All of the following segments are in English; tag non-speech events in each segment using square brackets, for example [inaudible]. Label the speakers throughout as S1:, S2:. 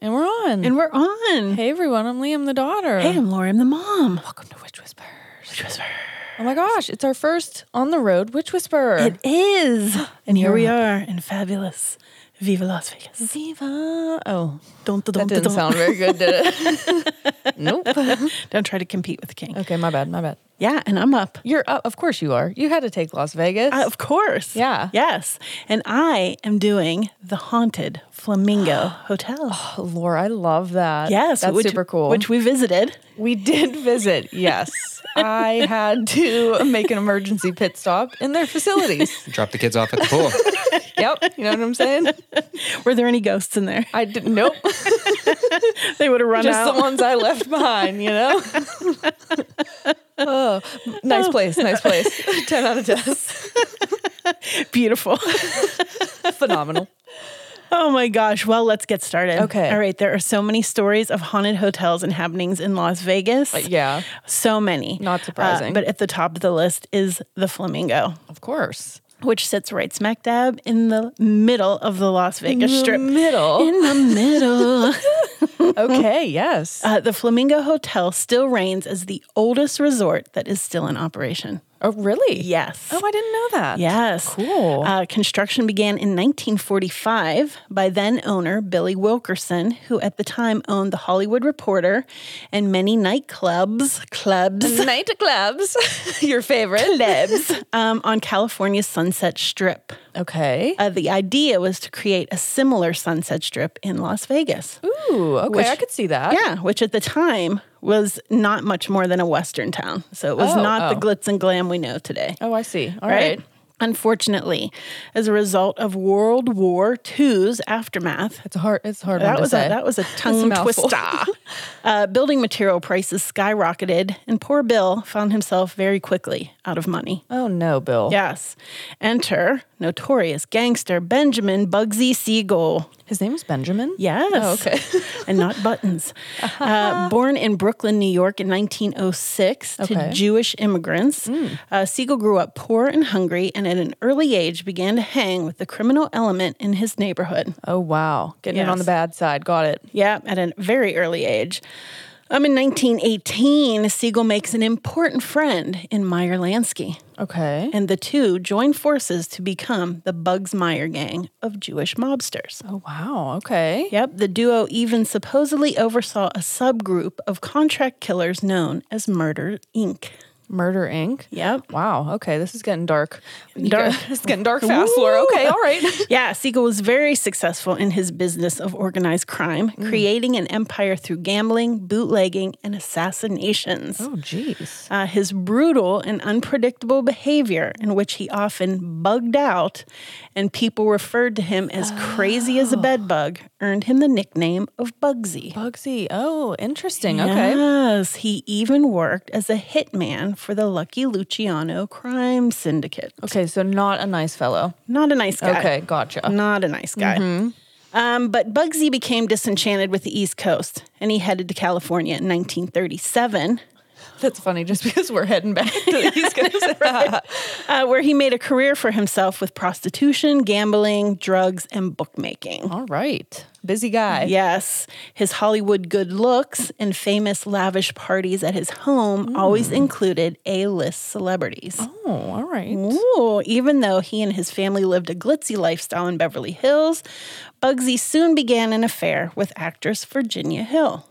S1: And we're on.
S2: And we're on.
S1: hey everyone, I'm Liam the daughter.
S2: Hey, I'm Lori. I'm the mom.
S1: welcome to Witch Whispers. Witch Whisperer. Oh my gosh, it's our first on the road Witch Whisperer.
S2: It is. And here we are in fabulous Viva Las Vegas.
S1: Ziva. Oh,
S2: Don't,
S1: that didn't sound very good, did it? [laughs] nope.
S2: Don't try to compete with the king.
S1: Okay, my bad, my bad.
S2: Yeah, and I'm up.
S1: You're up. Of course you are. You had to take Las Vegas.
S2: Uh, of course.
S1: Yeah.
S2: Yes. And I am doing the Haunted
S1: [gasps]
S2: Flamingo Hotel.
S1: Laura, I love that.
S2: yes.
S1: Oh, that's
S2: which,
S1: super cool.
S2: Which we visited.
S1: We did visit, yes. [laughs] I had to make an emergency pit stop in their facilities.
S3: Drop the kids off at
S2: [laughs]
S3: the pool.
S1: Yep, you know what I'm saying?
S2: Were there any ghosts in there? [laughs]
S1: I didn't, [laughs] nope, just
S2: They would have run out.
S1: the ones I left behind, you know? [laughs] oh, nice place, nice place. [laughs] 10 out of 10.
S2: Beautiful.
S1: Phenomenal.
S2: Oh my gosh. Well, let's get started.
S1: Okay.
S2: All right. There are so many stories of haunted hotels and happenings in Las Vegas.
S1: Yeah,
S2: So many. Uh,
S1: Not surprising.
S2: but at the top of the list is the Flamingo,
S1: of course.
S2: which sits right smack dab in the middle of the Las Vegas Strip.
S1: middle.
S2: In the middle.
S1: Okay, yes.
S2: [laughs] uh, the Flamingo Hotel still reigns as the oldest resort that is still in operation.
S1: Oh, really?
S2: Yes.
S1: Oh, I didn't know that.
S2: Yes.
S1: Cool.
S2: Uh, construction began in 1945 by then owner Billy Wilkerson, who at the time owned the Hollywood Reporter and many nightclubs, clubs,
S1: Nightclubs, [laughs] your
S2: [laughs]
S1: favorite.
S2: Debs um, on California's Sunset Strip.
S1: Okay.
S2: Uh, the idea was to create a similar Sunset Strip in Las Vegas.
S1: Ooh, okay, I could see that.
S2: Yeah, which at the time was not much more than a Western town. So it was
S1: Oh,
S2: not
S1: oh.
S2: the glitz and glam we know today.
S1: Oh, I see. All
S2: right?
S1: right.
S2: Unfortunately, as a result of World War II's aftermath,
S1: It's a hard. It's a hard. one
S2: that
S1: to
S2: was a,
S1: say.
S2: that was a tongue
S1: mouthful.
S2: twister.
S1: [laughs]
S2: uh, building material prices skyrocketed, and poor Bill found himself very quickly out of money.
S1: Oh no, Bill.
S2: Yes. Enter notorious gangster Benjamin Bugsy Siegel.
S1: His name is Benjamin.
S2: Yes.
S1: Oh, okay. [laughs] Uh-huh.
S2: and not buttons. Uh, born in Brooklyn, New York in 1906
S1: Okay. Mm.
S2: to Jewish immigrants, uh, Siegel grew up poor and hungry and at an early age began to hang with the criminal element in his neighborhood.
S1: Oh wow, getting it on the
S2: Yes.
S1: bad side. Got it.
S2: Yeah, at a very early age. Um, in 1918, Siegel makes an important friend in Meyer Lansky
S1: Okay.
S2: and the two join forces to become the Bugs Meyer gang of Jewish mobsters.
S1: oh wow. Okay.
S2: Yep, the duo even supposedly oversaw a subgroup of contract killers known as Murder Inc.
S1: Murder Inc.
S2: Yep.
S1: Wow. Okay, this is getting dark. You
S2: Dark.
S1: got- [laughs] it's getting dark fast, Laura. Okay. All right.
S2: [laughs] Yeah, Siegel was very successful in his business of organized crime, creating an empire through gambling, bootlegging, and assassinations.
S1: oh jeez.
S2: Uh, his brutal and unpredictable behavior, in which he often bugged out and people referred to him as crazy as a bedbug, earned him the nickname of Bugsy.
S1: Bugsy. Oh, interesting. Okay.
S2: Yes, he even worked as a hitman for the Lucky Luciano crime syndicate.
S1: Okay, so not a nice fellow.
S2: Not a nice guy.
S1: Okay,
S2: [laughs]
S1: Mm-hmm. gotcha.
S2: Not a nice guy. Um, but Bugsy became disenchanted with the East Coast and he headed to California in 1937.
S1: That's funny, just because we're heading
S2: [laughs]
S1: back to the East [laughs] Coast.
S2: uh, where he made a career for himself with prostitution, gambling, drugs, and bookmaking.
S1: All right, busy guy.
S2: Yes, his Hollywood good looks and famous lavish parties at his home always
S1: Mm.
S2: included A list celebrities.
S1: Oh, all right.
S2: Ooh, even though he and his family lived a glitzy lifestyle in Beverly Hills, Bugsy soon began an affair with actress Virginia Hill.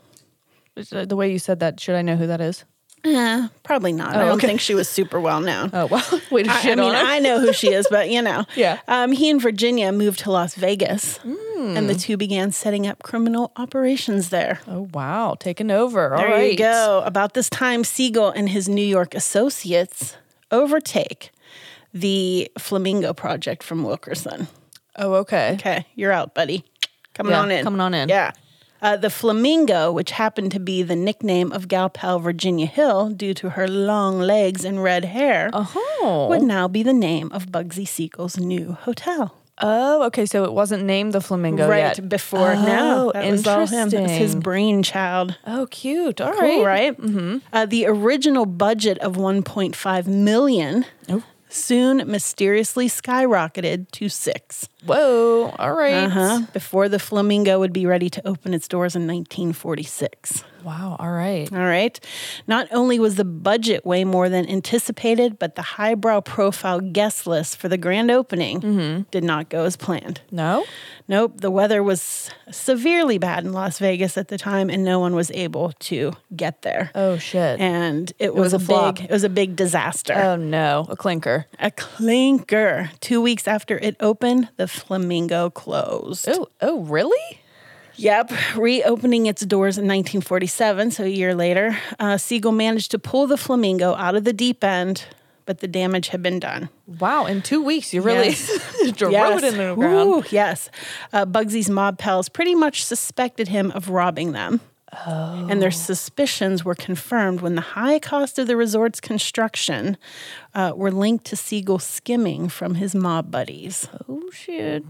S1: Is that The way you said that, should I know who that is?
S2: Eh, probably not. I don't
S1: okay.
S2: think she was super well
S1: [laughs]
S2: known.
S1: Oh well, way to
S2: I, I
S1: shit
S2: mean,
S1: on her.
S2: I know who she is, but you know.
S1: Yeah.
S2: Um, he and Virginia moved to Las Vegas, and the two began setting up criminal operations there.
S1: Oh wow, taking over. All right,
S2: There you go. About this time, Siegel and his New York associates overtake the Flamingo Project from Wilkerson.
S1: Oh, okay.
S2: Okay, you're out, buddy. Coming
S1: Yeah,
S2: on in.
S1: coming on in.
S2: Yeah. Uh, the Flamingo, which happened to be the nickname of gal pal Virginia Hill due to her long legs and red hair,
S1: Oh.
S2: would now be the name of Bugsy Siegel's new hotel.
S1: Oh, okay. So it wasn't named the flamingo
S2: right
S1: yet.
S2: before now.
S1: Oh,
S2: That was all him. That was his
S1: interesting.
S2: brainchild.
S1: Oh, cute. All right.
S2: Cool, right? Mm-hmm. Uh, the original budget of 1.5 million soon mysteriously skyrocketed to six.
S1: Whoa. All right.
S2: Uh-huh. Before the Flamingo would be ready to open its doors in 1946.
S1: Wow. All right.
S2: All right. Not only was the budget way more than anticipated, but the highbrow profile guest list for the grand opening
S1: Mm-hmm.
S2: did not go as planned.
S1: No.
S2: Nope, the weather was severely bad in Las Vegas at the time, and no one was able to get there.
S1: Oh shit.
S2: And it
S1: was
S2: was,
S1: a
S2: a,
S1: flop.
S2: big, it was a big disaster.
S1: oh no. A clinker.
S2: a clinker. Two weeks after it opened, the Flamingo closed.
S1: Oh. Oh really?
S2: Yep, reopening its doors in 1947, so a year later, uh, Siegel managed to pull the Flamingo out of the deep end, but the damage had been done.
S1: Wow. In two weeks, you really [laughs] drove it into the ground.
S2: Ooh, yes. Uh, Bugsy's mob pals pretty much suspected him of robbing them.
S1: Oh.
S2: And their suspicions were confirmed when the high cost of the resort's construction uh, were linked to Siegel skimming from his mob buddies.
S1: Oh shit.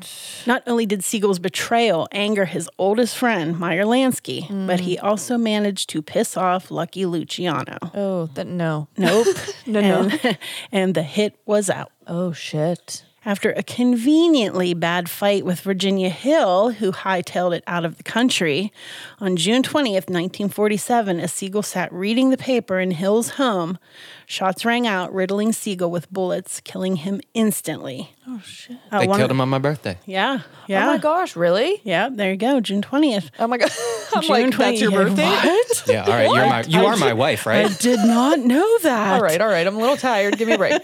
S2: Not only did Siegel's betrayal anger his oldest friend, Meyer Lansky, but he
S1: Mm.
S2: also managed to piss off Lucky Luciano.
S1: Oh, that [laughs] no.
S2: Nope.
S1: No, no.
S2: And- [laughs] and the hit was out.
S1: Oh shit.
S2: After a conveniently bad fight with Virginia Hill, who hightailed it out of the country, on June 20th, 1947, as Siegel sat reading the paper in Hill's home, shots rang out, riddling Siegel with bullets, killing him instantly.
S1: Oh shit.
S2: Uh,
S3: They
S2: one-
S3: killed him on my birthday.
S2: Yeah, yeah.
S1: Oh my gosh. Really?
S2: Yeah, there you go, June 20th.
S1: Oh my god. [laughs] I'm
S2: June
S1: like, that's your
S2: 20th.
S1: birthday.
S2: What?
S3: Yeah, all right. You're my, you are my wife,
S2: I
S3: right?
S2: did
S1: [laughs]
S2: not know that.
S1: All right. All right. I'm a little tired. Give me a
S2: [laughs]
S1: break.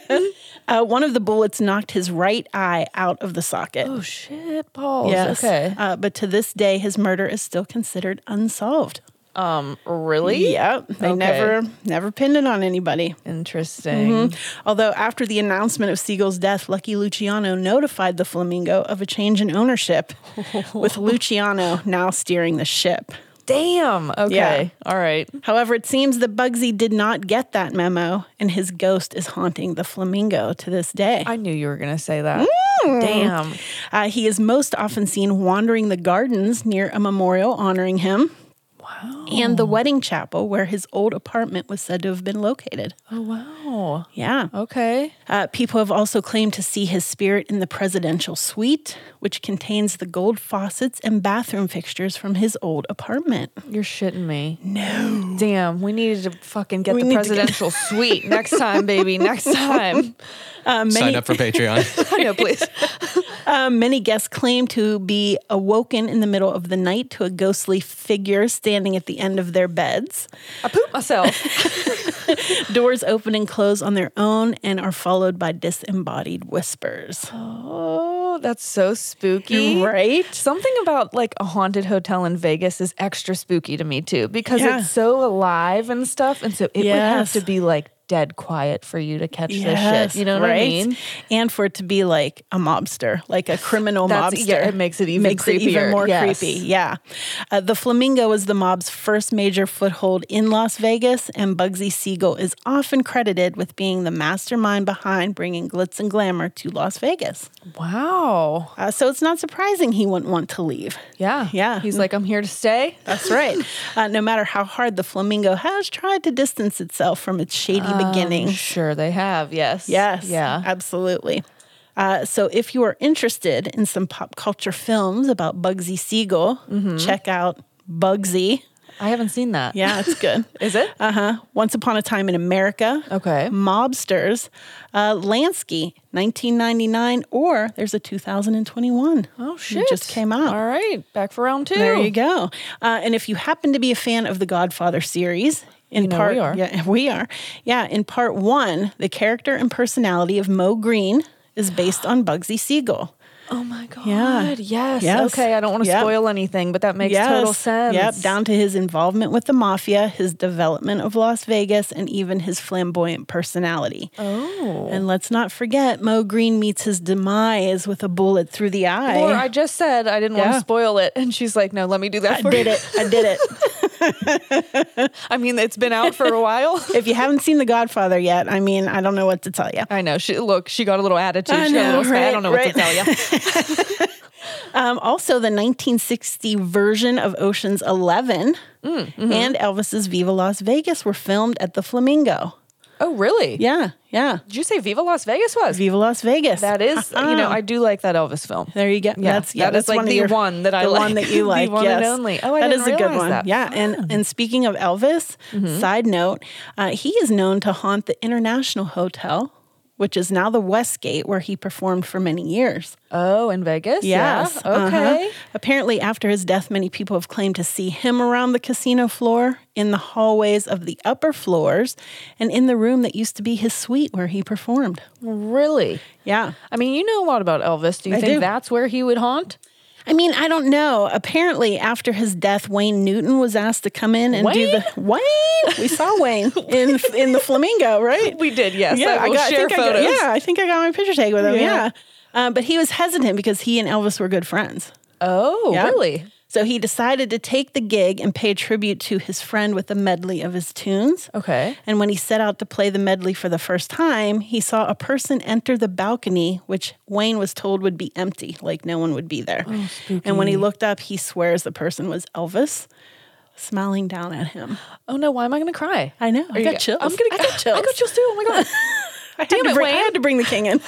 S2: Uh, one of the bullets knocked his right eye out of the socket.
S1: oh shit. Balls.
S2: Yes.
S1: Oh, Okay.
S2: Uh, but to this day, his murder is still considered unsolved.
S1: Um. Really?
S2: Yep. They
S1: Okay.
S2: never never pinned it on anybody.
S1: Interesting.
S2: Mm-hmm. Although after the announcement of Siegel's death, Lucky Luciano notified the Flamingo of a change in
S1: [laughs]
S2: ownership, with Luciano now steering the ship.
S1: Damn. Okay. All right.
S2: However, it seems that Bugsy did not get that memo, and his ghost is haunting the Flamingo to this day.
S1: I knew you were going to say that.
S2: Mm.
S1: Damn.
S2: Uh, he is most often seen wandering the gardens near a memorial honoring him. Wow. And the wedding chapel where his old apartment was said to have been located.
S1: Oh, wow.
S2: Yeah.
S1: Oh. Okay.
S2: Uh, people have also claimed to see his spirit in the presidential suite, which contains the gold faucets and bathroom fixtures from his old apartment.
S1: You're shitting me. No. Damn. We needed to fucking get
S2: We
S1: the
S2: need to get- [laughs]
S1: presidential suite next time, baby. Next time.
S3: Sign up
S2: [laughs]
S3: for Patreon.
S1: I know, please.
S2: Uh, many guests claim to be awoken in the middle of the night to a ghostly figure standing at the end of their beds.
S1: [laughs] I pooped myself.
S2: Doors open and close on their own and are followed by disembodied whispers.
S1: Oh, that's so spooky.
S2: Right?
S1: Something about like a haunted hotel in Vegas is extra spooky to me too because
S2: Yeah.
S1: it's so alive and stuff. And so it would have
S2: Yes.
S1: to be like dead quiet for you to catch this
S2: Yes,
S1: shit. You know what I
S2: right?
S1: mean?
S2: And for it to be like a mobster, like a criminal
S1: That's-
S2: mobster.
S1: yeah, it makes it even
S2: makes it even
S1: creepier.
S2: more
S1: Yes.
S2: creepy. Yeah. Uh, the Flamingo was the mob's first major foothold in Las Vegas, and Bugsy Siegel is often credited with being the mastermind behind bringing glitz and glamour to Las Vegas.
S1: Wow.
S2: Uh, so it's not surprising he wouldn't want to leave.
S1: Yeah.
S2: Yeah.
S1: He's like, I'm here to stay.
S2: That's right. [laughs] Uh, no matter how hard the flamingo has tried to distance itself from its shady
S1: Um,
S2: beginnings.
S1: Sure, they have. Yes.
S2: Yes.
S1: Yeah.
S2: Absolutely. Uh, so, if you are interested in some pop culture films about Bugsy Siegel,
S1: Mm-hmm.
S2: check out Bugsy.
S1: I haven't seen that.
S2: Yeah, it's [laughs] good.
S1: Is it?
S2: uh huh. Once Upon a Time in America.
S1: Okay.
S2: Mobsters. Uh, Lansky, 1999, or there's a 2021.
S1: Oh, shit.
S2: It just came out.
S1: All right. Back for round two.
S2: There you go. Uh, and if you happen to be a fan of the Godfather series, in
S1: You know
S2: part
S1: we are.
S2: yeah, [laughs] we are. Yeah, in part one, the character and personality of Mo Green is based on Bugsy Siegel.
S1: Oh my god.
S2: Yeah.
S1: Yes.
S2: Yes.
S1: Okay. I don't want to
S2: Yep.
S1: spoil anything, but that makes total sense.
S2: Yep, down to his involvement with the mafia, his development of Las Vegas, and even his flamboyant personality.
S1: Oh.
S2: And let's not forget, Mo Green meets his demise with a bullet through the eye.
S1: Or I just said I didn't want
S2: Yeah.
S1: to spoil it, and she's like, "No, let me do that
S2: [laughs] I
S1: for
S2: did
S1: you."
S2: it. I did [laughs] it.
S1: I mean, it's been out for a
S2: [laughs]
S1: while.
S2: if you haven't seen The Godfather yet, I mean, I don't know what to tell you.
S1: I know. She look. She got a little attitude.
S2: I
S1: she got a
S2: know,
S1: little. spat. I
S2: right,
S1: don't know what
S2: right.
S1: to tell
S2: [laughs]
S1: you.
S2: Um, also, the 1960 version of Ocean's 11
S1: Mm-hmm.
S2: and Elvis's Viva Las Vegas were filmed at the Flamingo.
S1: Oh, really?
S2: Yeah, yeah.
S1: Did you say Viva Las Vegas was?
S2: Viva Uh-huh. Las Vegas.
S1: that is, you know, I do like that Elvis film.
S2: There you go.
S1: Yeah,
S2: that's yeah,
S1: that
S2: that's
S1: is, like,
S2: one of
S1: the
S2: your-
S1: one that I
S2: the
S1: like.
S2: one
S1: [laughs]
S2: that you
S1: The
S2: like.
S1: one and
S2: yes.
S1: only. Oh, I
S2: That
S1: didn't
S2: is a good
S1: realize
S2: one.
S1: that. Mm-hmm.
S2: Yeah, and and speaking of Elvis, side note, uh, he is known to haunt the International Hotel, which is now the Westgate, where he performed for many years.
S1: Oh, in Vegas?
S2: Yes.
S1: Yeah. Okay.
S2: uh-huh. Apparently, after his death, many people have claimed to see him around the casino floor, in the hallways of the upper floors, and in the room that used to be his suite where he performed.
S1: Really?
S2: Yeah.
S1: I mean, you know a lot about Elvis. Do you
S2: I
S1: think
S2: do.
S1: that's where he would haunt?
S2: I mean, I don't know. Apparently, after his death, Wayne Newton was asked to come in and do the Wayne. We saw Wayne in in the flamingo, right?
S1: [laughs] We did, yes.
S2: Yeah,
S1: I will share
S2: think I
S1: photos.
S2: got, yeah, I think I got my picture taken with him.
S1: Yeah.
S2: Yeah, Uh, but he was hesitant because he and Elvis were good friends.
S1: Oh,
S2: Yeah.
S1: really?
S2: So he decided to take the gig and pay tribute to his friend with a medley of his tunes.
S1: Okay.
S2: And when he set out to play the medley for the first time, he saw a person enter the balcony, which Wayne was told would be empty, like no one would be there.
S1: Oh,
S2: and when he looked up, he swears the person was Elvis smiling down at him.
S1: Oh no, why am I going to cry?
S2: I know. I
S1: you
S2: got
S1: go-
S2: chills.
S1: I'm gonna.
S2: I got
S1: [laughs]
S2: chills.
S1: I got chills too. Oh my god.
S2: I had
S1: Damn
S2: to
S1: it,
S2: bring, I
S1: Wayne.
S2: had to bring the
S1: [laughs]
S2: king in.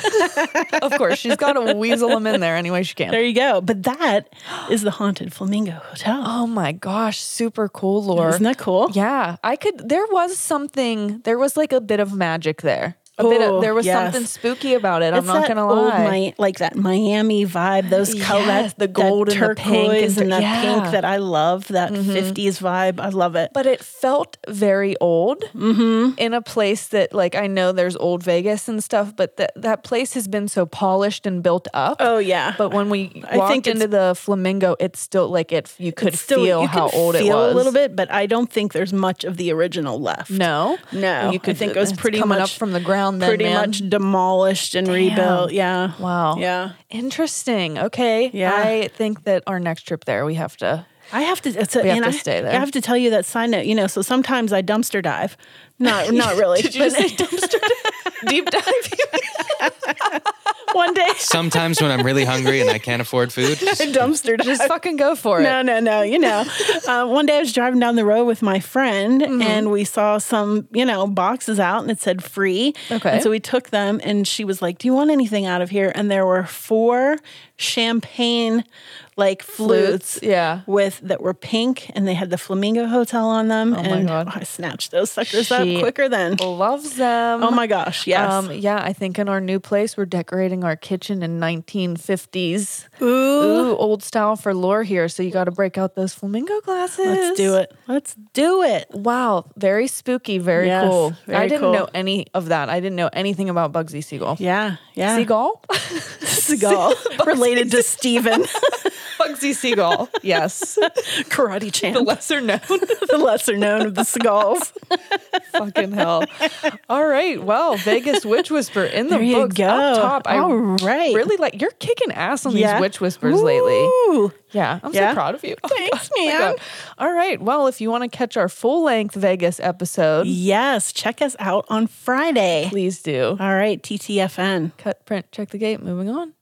S1: of course, she's got to weasel him in there any way she can.
S2: there you go. But that is the Haunted Flamingo Hotel.
S1: [gasps] Oh my gosh, super cool lore.
S2: Isn't that cool?
S1: Yeah, I could. There was something. There was like a bit of magic there. A bit of,
S2: Oh,
S1: there was
S2: yes.
S1: something spooky about it. I'm
S2: it's
S1: not
S2: that
S1: gonna
S2: old
S1: lie.
S2: Mi- like that Miami vibe, those
S1: Yes,
S2: colors,
S1: the gold and the
S2: turquoise
S1: pink and
S2: and,
S1: tur-
S2: that
S1: yeah. Mm-hmm.
S2: pink that I love, that 50s vibe. I love it.
S1: but it felt very old mm-hmm. in a place that, like, I know there's old Vegas and stuff, but that that place has been so polished and built up.
S2: Oh, yeah.
S1: But when we
S2: I
S1: walked
S2: think it's-
S1: into the flamingo, it's still like it. You could
S2: It's still-
S1: feel
S2: you
S1: how
S2: can
S1: old it
S2: feel
S1: was
S2: a little bit, but I don't think there's much of the original left.
S1: No,
S2: no,
S1: You could
S2: I think it was
S1: it's
S2: pretty
S1: coming
S2: much
S1: up from the ground. Then,
S2: pretty
S1: man.
S2: much demolished and rebuilt. Yeah.
S1: Wow.
S2: Yeah.
S1: Interesting. Okay.
S2: Yeah.
S1: I think that our next trip there, we have to.
S2: I have to. It's a,
S1: We have
S2: and
S1: to
S2: I,
S1: stay there.
S2: I have to tell you that side note. You know, so sometimes I dumpster dive. Not,
S1: [laughs]
S2: not really.
S1: Did you just say dumpster dive? deep dive?
S2: [laughs] one day
S3: Sometimes when I'm really hungry and I can't
S2: [laughs]
S3: afford food,
S2: I
S3: just
S2: dumpster
S1: [laughs]
S2: dive.
S1: just fucking go for it.
S2: No, no, no. You know, uh, one day I was driving down the road with my friend
S1: Mm-hmm.
S2: and we saw some, you know, boxes out and it said free.
S1: Okay.
S2: And so we took them and she was like, Do you want anything out of here? And there were four champagne like flutes.
S1: Flutes, yeah.
S2: With that were pink and they had the Flamingo Hotel on them.
S1: Oh my
S2: and
S1: God.
S2: I snatched those suckers up
S1: She-
S2: quicker than.
S1: Loves them.
S2: Oh my gosh. Yes.
S1: Um, yeah, I think in our new place, we're decorating our kitchen in 1950s. Ooh, old style for lore here. So you got to break out those flamingo glasses.
S2: Let's do it. Let's do it.
S1: Wow, very spooky, very
S2: Yes,
S1: cool. I
S2: very
S1: didn't
S2: cool.
S1: know any of that. I didn't know anything about Bugsy Siegel.
S2: Yeah. Yeah. [laughs]
S1: Seagull? [laughs]
S2: Seagull. related to Steven. [laughs]
S1: Bugsy Siegel. Yes.
S2: Karate champ.
S1: lesser known. [laughs]
S2: the lesser known of the Seagulls.
S1: Fucking hell. All right. Well, Vegas Witch Whisper in [laughs] the
S2: There you
S1: books. Up
S2: go.
S1: top.
S2: All right.
S1: Really like you're kicking ass on these witch whispers lately.
S2: Ooh.
S1: Yeah, I'm
S2: Yeah.
S1: so proud of you.
S2: Thanks,
S1: Oh my
S2: man.
S1: God. All right. Well, if you want to catch our full length Vegas episode,
S2: Yes, check us out on Friday.
S1: please do.
S2: All right, TTFN.
S1: Cut, print, check the gate. Moving on.